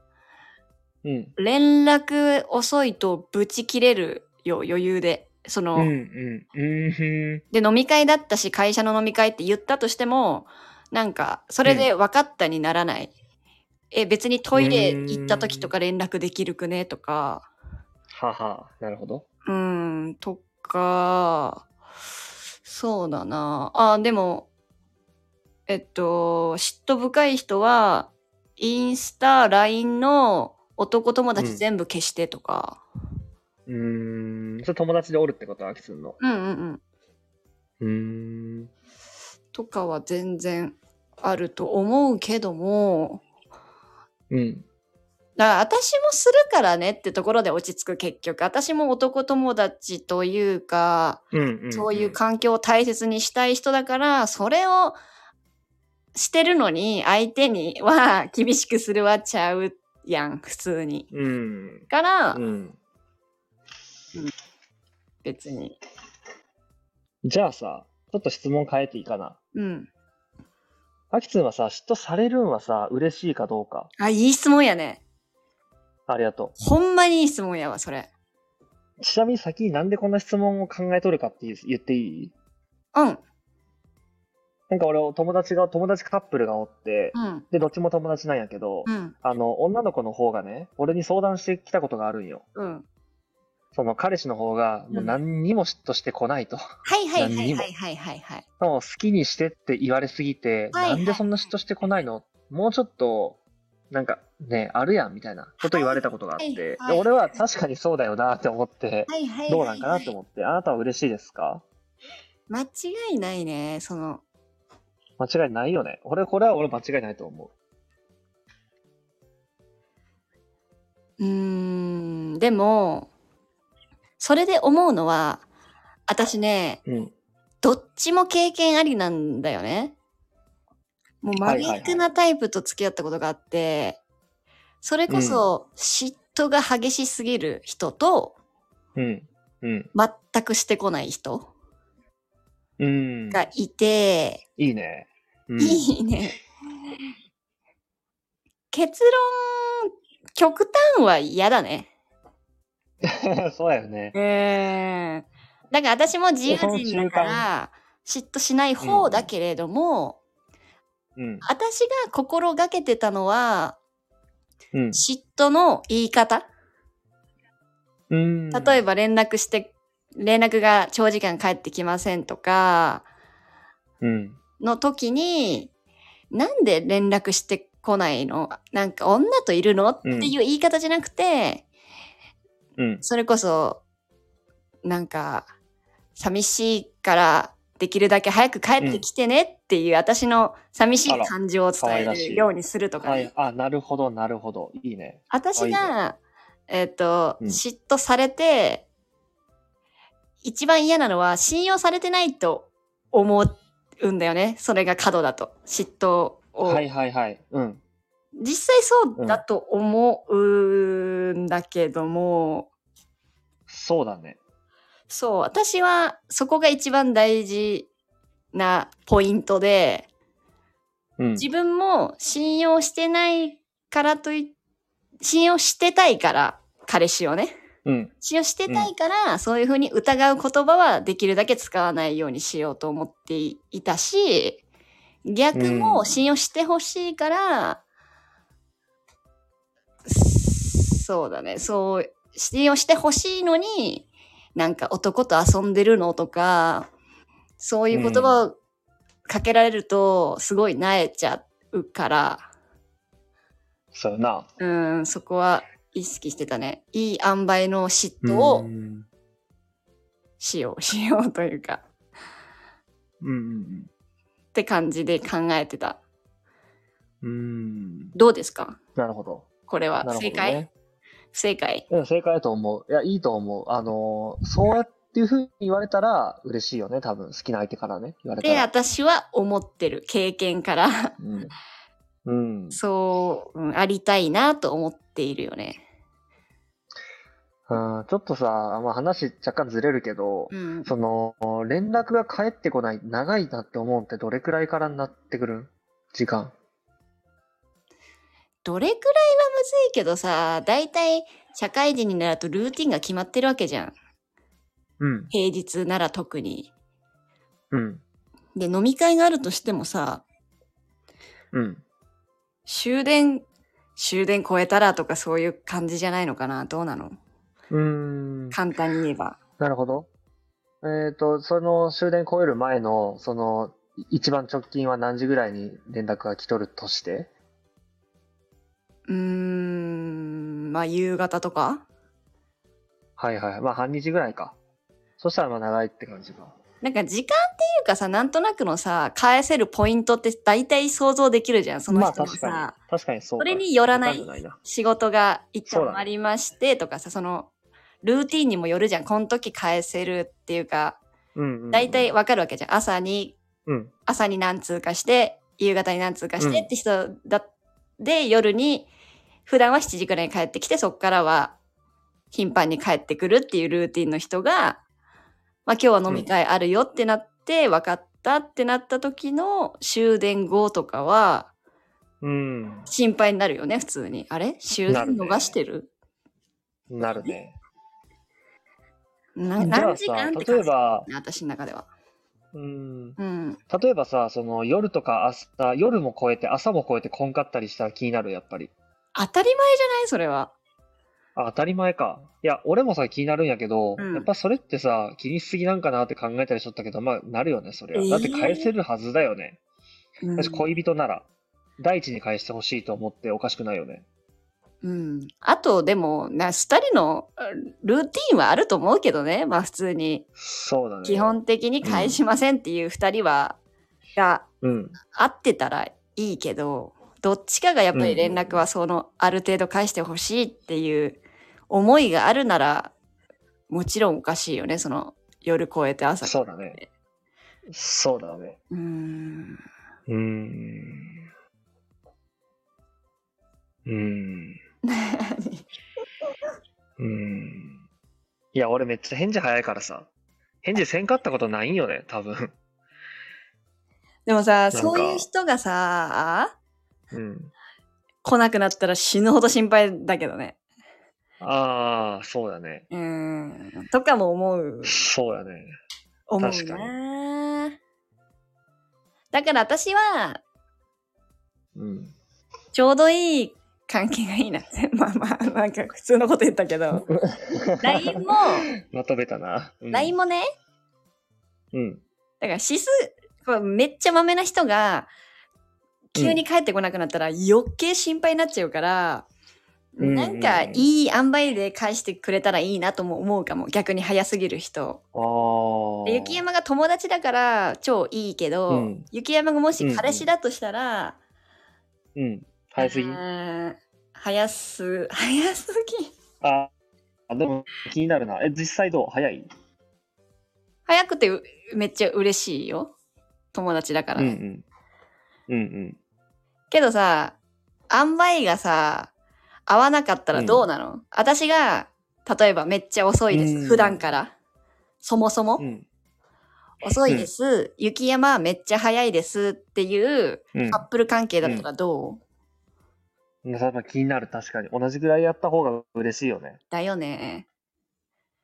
Speaker 1: うん。
Speaker 2: 連絡遅いとブチ切れるよ余裕でそ
Speaker 1: う
Speaker 2: の、
Speaker 1: んうん。うんふ
Speaker 2: で飲み会だったし会社の飲み会って言ったとしてもなんかそれで分かったにならない、え別にトイレ行った時とか連絡できるくねとか
Speaker 1: ん。はは。なるほど。
Speaker 2: うーんとかそうだなあでもえっと嫉妬深い人はインスタ LINE の男友達全部消してとか、
Speaker 1: うーん。それ友達でおるってことは、きつんの。
Speaker 2: うん、うんうん
Speaker 1: うーん。
Speaker 2: とかは全然あると思うけども
Speaker 1: うん。
Speaker 2: だから私もするからねってところで落ち着く結局私も男友達というか、
Speaker 1: うんうん、うん。
Speaker 2: そういう環境を大切にしたい人だからそれをしてるのに相手には厳しくするはちゃうやん普通に。
Speaker 1: うん。
Speaker 2: から、
Speaker 1: うん。
Speaker 2: 別に。
Speaker 1: じゃあさ、ちょっと質問変えていいかな。
Speaker 2: うん。
Speaker 1: あきつんはさ、嫉妬されるんはさ、嬉しいかどうか。
Speaker 2: あいい質問やね。
Speaker 1: ありがと
Speaker 2: ほんまにいい質問やわそれ。
Speaker 1: う。ちなみに先になんでこんな質問を考えとるかっていう言っていい
Speaker 2: うん。
Speaker 1: なんか俺、友達が、友達カップルがおって、
Speaker 2: うん。
Speaker 1: で、どっちも友達なんやけど、
Speaker 2: うん。
Speaker 1: あの、女の子の方がね、俺に相談してきたことがあるんよ。
Speaker 2: うん。
Speaker 1: その彼氏の方が、もう何にも嫉妬してこないと。
Speaker 2: はいはいはい
Speaker 1: 何にも
Speaker 2: はいはいはいはい。
Speaker 1: もう好きにしてって言われすぎて、
Speaker 2: はいはい
Speaker 1: なんでそんな嫉妬してこないのもうちょっと、なんかね、あるやんみたいなこと言われたことがあって、
Speaker 2: はいはい
Speaker 1: で
Speaker 2: はい
Speaker 1: 俺は確かにそうだよなって思って、
Speaker 2: はいはいはい、
Speaker 1: どうなんかなって思って、あなたは嬉しいですか
Speaker 2: 間違いないねその
Speaker 1: 間違いないよね。俺、これは俺間違いないと思う。
Speaker 2: うーん、でも、それで思うのは、私ね、
Speaker 1: うん。
Speaker 2: どっちも経験ありなんだよね。もう
Speaker 1: はいは
Speaker 2: 真
Speaker 1: いはい
Speaker 2: 逆なタイプと付き合ったことがあって、それこそ嫉妬が激しすぎる人と、
Speaker 1: うん。うん。
Speaker 2: 全くしてこない人
Speaker 1: うん。
Speaker 2: がいて、
Speaker 1: いいね。うん。
Speaker 2: いいね。結論、極端は嫌だね。
Speaker 1: そうやよね。
Speaker 2: ええだから私も自由人だから嫉妬しない方だけれども、
Speaker 1: うん。
Speaker 2: 私が心がけてたのは
Speaker 1: うん。
Speaker 2: 嫉妬の言い方
Speaker 1: うん。
Speaker 2: 例え
Speaker 1: ば、
Speaker 2: ば連絡して連絡が長時間返ってきませんとか
Speaker 1: うん。
Speaker 2: の時になんで連絡してこないのなんか女といるのっていう言い方じゃなくて、
Speaker 1: うん。
Speaker 2: それこそ、なんか、寂しいから、できるだけ早く帰ってきてねっていう、私の寂しい感情を伝え
Speaker 1: あら可愛らし
Speaker 2: る
Speaker 1: い
Speaker 2: ようにするとか
Speaker 1: は
Speaker 2: ね、
Speaker 1: い。あ、なるほど、なるほど。いいね。
Speaker 2: 私が、えっ、と、
Speaker 1: うん
Speaker 2: 嫉妬されて、一番嫌なのは、信用されてないと思うんだよね。それが過度だと。嫉妬を、
Speaker 1: はいはいはい。うん。
Speaker 2: 実際そうだと思うんだけども、
Speaker 1: そうだね。
Speaker 2: そう、私はそこが一番大事なポイントで、
Speaker 1: うん。
Speaker 2: 自分も信用してないからとい、信用してたいから、彼氏をね。
Speaker 1: うん。
Speaker 2: 信用してたいから、そういうふうに疑う言葉はできるだけ使わないようにしようと思っていたし、逆
Speaker 1: う
Speaker 2: も
Speaker 1: ん
Speaker 2: 信用してほしいから、そうだね、そう、信用してほしいのに、なんか男と遊んでるのとか、そういう言葉をかけられると、すごい萎えちゃうから、
Speaker 1: そうやな。
Speaker 2: うん、そこは意識してたね。いい塩梅の嫉妬を
Speaker 1: うん
Speaker 2: し よう、しようというか、
Speaker 1: うんうん
Speaker 2: って感じで考えてた。
Speaker 1: うん。うん。
Speaker 2: どうですか
Speaker 1: なるほど。
Speaker 2: これは
Speaker 1: なるほど、ね。
Speaker 2: 正解、不正解
Speaker 1: うん、正解だと思う。いや、いいと思う。あのーそうやっていうふうに言われたら嬉しいよね、多分。好きな相手からね、言われた
Speaker 2: で、
Speaker 1: ら。
Speaker 2: 私は思ってる経験から、
Speaker 1: うん。うん。
Speaker 2: そう、うんありたいなと思っているよね。
Speaker 1: うんちょっとさ、まあ、話若干ずれるけど、
Speaker 2: うん。
Speaker 1: その、連絡が返ってこない、長いなって思うんってどれくらいからになってくるん時間。
Speaker 2: どれくらいはむずいけどさ、だいたい社会人になるとルーティンが決まってるわけじゃん。
Speaker 1: うん。
Speaker 2: 平日なら特に。
Speaker 1: うん。
Speaker 2: で、飲み会があるとしてもさ、
Speaker 1: うん。
Speaker 2: 終電、終電超えたらとかそういう感じじゃないのかなどうなの
Speaker 1: うーん。
Speaker 2: 簡単に言えば。
Speaker 1: なるほど。えっ、と、その終電超える前の、その、い一番直近は何時ぐらいに連絡が来とるとして
Speaker 2: うーん、まあ夕方とか
Speaker 1: はいはい。まあ、半日ぐらいか。そしたらまあ長いって感じか。
Speaker 2: なんか時間っていうかさ、なんとなくのさ、返せるポイントって大体想像できるじゃん、そ
Speaker 1: ま
Speaker 2: の
Speaker 1: あ
Speaker 2: 人の
Speaker 1: 確
Speaker 2: さ。
Speaker 1: かに。確かにそう
Speaker 2: そ
Speaker 1: だね。
Speaker 2: れによらな
Speaker 1: 時
Speaker 2: い
Speaker 1: 間がないな。
Speaker 2: 仕事が一
Speaker 1: そうだ
Speaker 2: 旦
Speaker 1: ね
Speaker 2: ありましてとかさ、そのルーティンにもよるじゃん。この時返せるっていうか、
Speaker 1: うんうん、うん。
Speaker 2: 大体わかるわけじゃん。朝に
Speaker 1: うん。
Speaker 2: 朝に何通過して夕方に何通過して
Speaker 1: うん
Speaker 2: って人だ、で夜に普段は7時くらいに帰ってきてそこからは頻繁に帰ってくるっていうルーティンの人が、まあ、今日は飲み会あるよってなって分かったってなった時の終電後とかは
Speaker 1: うん。
Speaker 2: 心配になるよね普通にあれ終電逃してる
Speaker 1: なるね。
Speaker 2: な
Speaker 1: じゃ
Speaker 2: 何
Speaker 1: あ
Speaker 2: 時間
Speaker 1: さ
Speaker 2: っ、て
Speaker 1: 例
Speaker 2: 感
Speaker 1: え
Speaker 2: じだ
Speaker 1: ば、
Speaker 2: ね私の中では
Speaker 1: うん。
Speaker 2: うん
Speaker 1: 例えばさ、その夜とか朝、夜も超えて朝も超えてこんかったりしたら気になる、やっぱり。
Speaker 2: 当たり前じゃないそれは
Speaker 1: あ、当たり前か。いや、俺もさ、気になるんやけど、
Speaker 2: うん
Speaker 1: やっぱそれってさ、気にしすぎなんかなって考えたりしとったけど、まあ、なるよね、それ
Speaker 2: え
Speaker 1: は。
Speaker 2: ー
Speaker 1: だって返せるはずだよね。
Speaker 2: うん
Speaker 1: 私、恋人なら、第一に返してほしいと思っておかしくないよね。
Speaker 2: うん、あとでもな2人のうんルーティンはあると思うけどねまあ普通に
Speaker 1: そうだね。
Speaker 2: 基。本的に返しませんっていう2人は、が
Speaker 1: うん。
Speaker 2: 合ってたらいいけどどっちかがやっぱり連絡はそのある程度返してほしいっていう思いがあるならもちろんおかしいよねその夜越えて朝
Speaker 1: そうだね。そうだね。
Speaker 2: うん
Speaker 1: うーん。うーん。うーん。いや、俺めっちゃ返事早いからさ。返事せんかったことないんよね、多分。
Speaker 2: でもさ
Speaker 1: んか
Speaker 2: そういう人がさ
Speaker 1: うん。
Speaker 2: 来なくなったら死ぬほど心配だけどね
Speaker 1: ああ、そうだね。
Speaker 2: うんとかも思う
Speaker 1: そうだね。
Speaker 2: 思う
Speaker 1: 確か
Speaker 2: なだから私は
Speaker 1: うん。
Speaker 2: ちょうどいい関係がいいなってまあまあなんか普通のこと言ったけ ど LINE も
Speaker 1: まとめたな。うん
Speaker 2: LINE もね
Speaker 1: うん。
Speaker 2: だから指数これめっちゃマメな人が急に帰ってこなくなったら余計心配になっちゃうから、
Speaker 1: うん
Speaker 2: なんかいい塩梅で返してくれたらいいなとも思うかも逆に早すぎる人
Speaker 1: ああ。
Speaker 2: で雪山が友達だから超いいけど、
Speaker 1: うん
Speaker 2: 雪山がもし彼氏だとしたら、
Speaker 1: うん。早すぎ
Speaker 2: う。ーん早す、早すぎ。
Speaker 1: ああ、でも気になるな。え、実際どう早い
Speaker 2: 早くてうめっちゃ嬉しいよ。友達だから。
Speaker 1: うんうん。うんうん。
Speaker 2: けどさ、塩梅がさ、合わなかったらどうなの、私が、例えばめっちゃ遅いです。
Speaker 1: うん
Speaker 2: 普段から。そもそも、
Speaker 1: うん。
Speaker 2: 遅いです。雪山めっちゃ早いですっていう
Speaker 1: うん
Speaker 2: カ。ップル関係だったらどう、
Speaker 1: うんやっぱ気になる、確かに。同じぐらいやった方が嬉しいよね。
Speaker 2: だよね。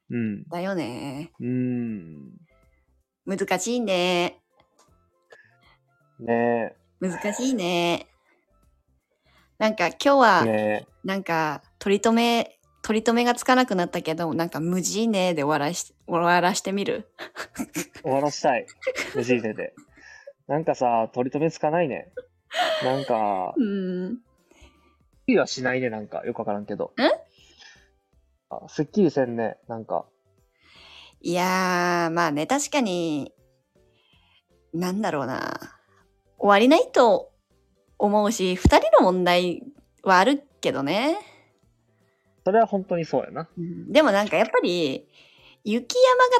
Speaker 1: うん。
Speaker 2: だよね。
Speaker 1: うん。
Speaker 2: 難しいね。
Speaker 1: ね
Speaker 2: 難しいね。なんか今日
Speaker 1: え。
Speaker 2: は、
Speaker 1: ね
Speaker 2: なんか取り留め、取り留めがつかなくなったけど、なんか無事ねで終わらし、終わらしてみる。
Speaker 1: え。終わら したい。無事でで。なんかさ、取り留めつかないね。なんか、
Speaker 2: うん。
Speaker 1: すっきりはしないね、なんか。よくわからんけど。
Speaker 2: ん
Speaker 1: あすっきりせんね、なんか。
Speaker 2: いやー、まあね、確かに、なんだろうな。終わりないと思うし、二人の問題はあるけどね。
Speaker 1: それは本当にそうやな。
Speaker 2: でもなんかやっぱり、雪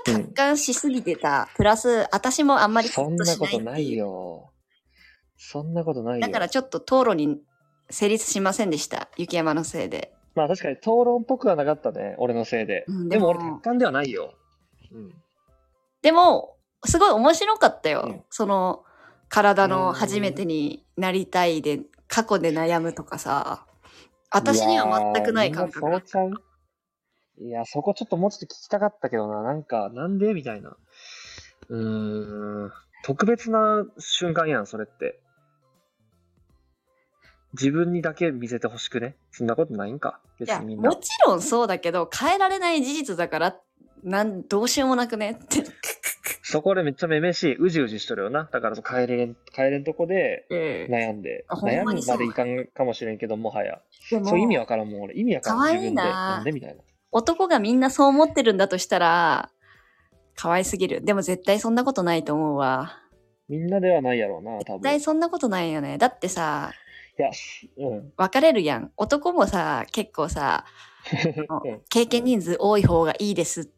Speaker 2: 山が達観しすぎてた、プラス私もあんまり
Speaker 1: そんなことな
Speaker 2: っていう
Speaker 1: いよ。そんなことないよ。
Speaker 2: だからちょっと討論に成立しませんでした雪山のせいで
Speaker 1: まあ確かに討論っぽくはなかったね、俺のせいで。
Speaker 2: うん
Speaker 1: でも
Speaker 2: で
Speaker 1: 俺、
Speaker 2: も
Speaker 1: 達観ではないよ。うん。
Speaker 2: でもすごい面白かったよ、
Speaker 1: うん
Speaker 2: その体の初めてになりたいで過去で悩むとかさ私には全くない感覚
Speaker 1: いや
Speaker 2: だ
Speaker 1: ーみんなそう
Speaker 2: っ
Speaker 1: ちゃういや、そこちょっともうちょっと聞きたかったけどな、なんか、なんでみたいな。うーん、特別な瞬間やん、それって。自分にだけ見せてほしくね。そんなことないんか。別
Speaker 2: た
Speaker 1: に
Speaker 2: い
Speaker 1: み
Speaker 2: や
Speaker 1: んな。
Speaker 2: もちろんそうだけど変えられない事実だからなんどうしようもなくね って
Speaker 1: そこでめっちゃめめしい、うじうじしとるよな。だから帰れん、帰れんとこで悩んで。
Speaker 2: あほん
Speaker 1: 悩
Speaker 2: ま
Speaker 1: む
Speaker 2: にそう
Speaker 1: までいかんかもしれんけど、もはや。
Speaker 2: でも
Speaker 1: そう意味わからんもん、俺。意味わからん。
Speaker 2: かわいい
Speaker 1: 自分で。
Speaker 2: な
Speaker 1: なんでみたいな。
Speaker 2: 男がみんなそう思ってるんだとしたら可愛すぎるでも絶対そんなことないと思うわ
Speaker 1: みんなではないやろうな、多
Speaker 2: 絶
Speaker 1: 分。
Speaker 2: 対
Speaker 1: い
Speaker 2: そんなことないよねだってさ
Speaker 1: や、うん。
Speaker 2: 別れるやん男もさ結構さ
Speaker 1: うん
Speaker 2: 経験人数多い方がいいです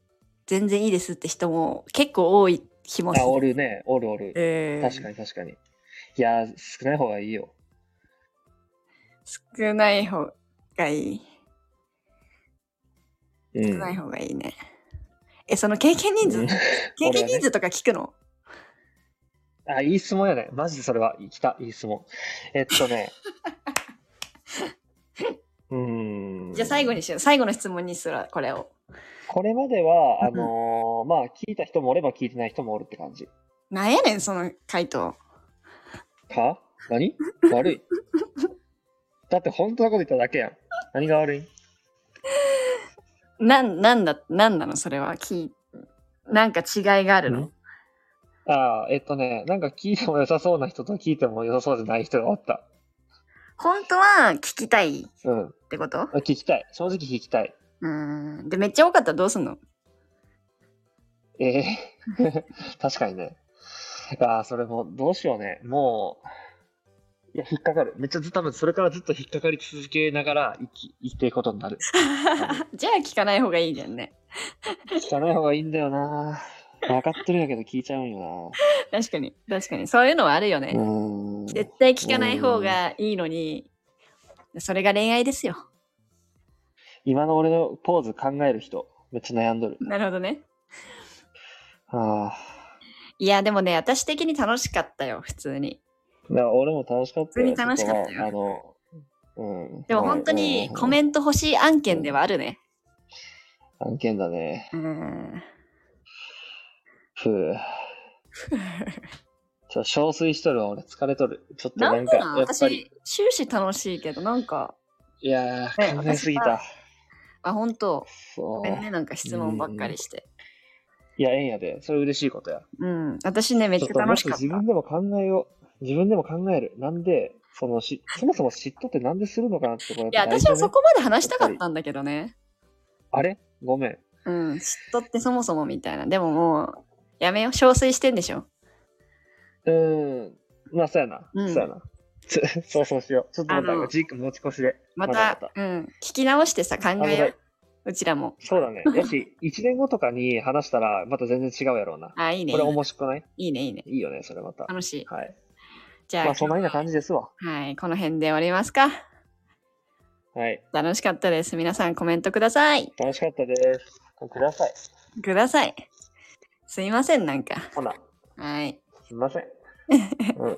Speaker 2: 全然いいですって人も結構多い気もす
Speaker 1: あ、お
Speaker 2: る、
Speaker 1: るね。おるおる。
Speaker 2: え
Speaker 1: 確かに確かに。いやー、少ない方がいいよ。
Speaker 2: 少ない方がいい
Speaker 1: うん。
Speaker 2: 少ない方がいいね、えその経験人数
Speaker 1: うん
Speaker 2: 経験人数とか聞くの、
Speaker 1: あ、いい質問やね。マジでそれは。来た、いい質問。えっと ね。うーん。
Speaker 2: じゃあ最後にしよう最後の質問にすらこれを
Speaker 1: これまでは、あのーまあ、聞いた人もおれば聞いてない人もおるって感じ。
Speaker 2: なんやねんその回答
Speaker 1: は 何悪い。だって本当のこと言っただけやん。何が悪い
Speaker 2: なんなんだなんなのそれは聞いなんか違いがあるの、
Speaker 1: んああ、えっとね、なんか聞いても良さそうな人と聞いても良さそうじゃない人がおった。
Speaker 2: 本当は聞きたいっ
Speaker 1: うん。
Speaker 2: てこと
Speaker 1: 聞きたい。正直聞きたい。
Speaker 2: うんでめっちゃ多かったらどうすんの
Speaker 1: ええ 確かにね。ああ、それも、どうしようね。もう、いや、引っかかる。めっちゃずっと多分、それからずっと引っかかり続けながら生き、生きていくことになる。
Speaker 2: じゃあ聞かない方がいいじゃんね。
Speaker 1: 聞かない方がいいんだよな。分かってるんやけど聞いちゃうんよ
Speaker 2: 確かに。確かに。そういうのはあるよね
Speaker 1: な。。 うーん。
Speaker 2: 絶対聞かない方がいいのに、それが恋愛ですよ。
Speaker 1: 今の俺のポーズ考える人、めっちゃ悩んどる。
Speaker 2: なるほどね。
Speaker 1: あ
Speaker 2: いや、でもね、私的に楽しかったよ、普通に。
Speaker 1: あ。だから俺も楽しかったよ。
Speaker 2: 普通に楽しかったよ
Speaker 1: そこはあの、うん。
Speaker 2: でも本当にコ
Speaker 1: ン
Speaker 2: メント欲しい案件ではあるね。
Speaker 1: ト。案件だね。
Speaker 2: うん。
Speaker 1: ふぅ。ちょ、憔悴しとるわ、俺。疲れとる。ちょっと
Speaker 2: な
Speaker 1: なんん
Speaker 2: で
Speaker 1: か、
Speaker 2: なん
Speaker 1: やっぱり。
Speaker 2: 私、終始楽しいけど、なんか、
Speaker 1: いやー、考えすぎた。
Speaker 2: あ、本当
Speaker 1: そ
Speaker 2: ご
Speaker 1: う
Speaker 2: めん。ね、なんか質問ばっかりして。
Speaker 1: いや、ええんやで。それ嬉しいことや。
Speaker 2: うん。私ね、めっちゃ楽しかっ
Speaker 1: ちょっともっと自
Speaker 2: た
Speaker 1: 分。でも考えよう。自分でも考える。なんで、そのし、そもそも嫉妬ってなんでするのかなってこれ
Speaker 2: いや、私はそこまで話したかったんだけどね。
Speaker 1: あれごめん。
Speaker 2: うん、嫉妬ってそもそもみたいな。でももう、やめよう。憔悴してんでしょ。
Speaker 1: うーん。まあ、そうやな。
Speaker 2: うん
Speaker 1: そうやな。 つそうそうしよう。ちょっとま
Speaker 2: あの
Speaker 1: た、時間持ち越しで。
Speaker 2: また、
Speaker 1: また
Speaker 2: うん、聞き直してさ、考
Speaker 1: 危
Speaker 2: え
Speaker 1: な
Speaker 2: よ
Speaker 1: い。
Speaker 2: う。うちらも。
Speaker 1: そう だね。やし、1年後とかに話したら、また全然違うやろうな。
Speaker 2: あ、いいね。
Speaker 1: これ面白くない
Speaker 2: いいね、いいね。
Speaker 1: いいよね、それまた。
Speaker 2: 楽しい。
Speaker 1: はい。
Speaker 2: じゃあ、
Speaker 1: まあそんなような感じですわ。
Speaker 2: はい、この辺で終わりますか。
Speaker 1: はい。
Speaker 2: 楽しかったです。皆さんコメントください。
Speaker 1: 楽しかったです。ください。
Speaker 2: ください。すいません、なんか。
Speaker 1: ほな、
Speaker 2: はい。
Speaker 1: すみません。うん。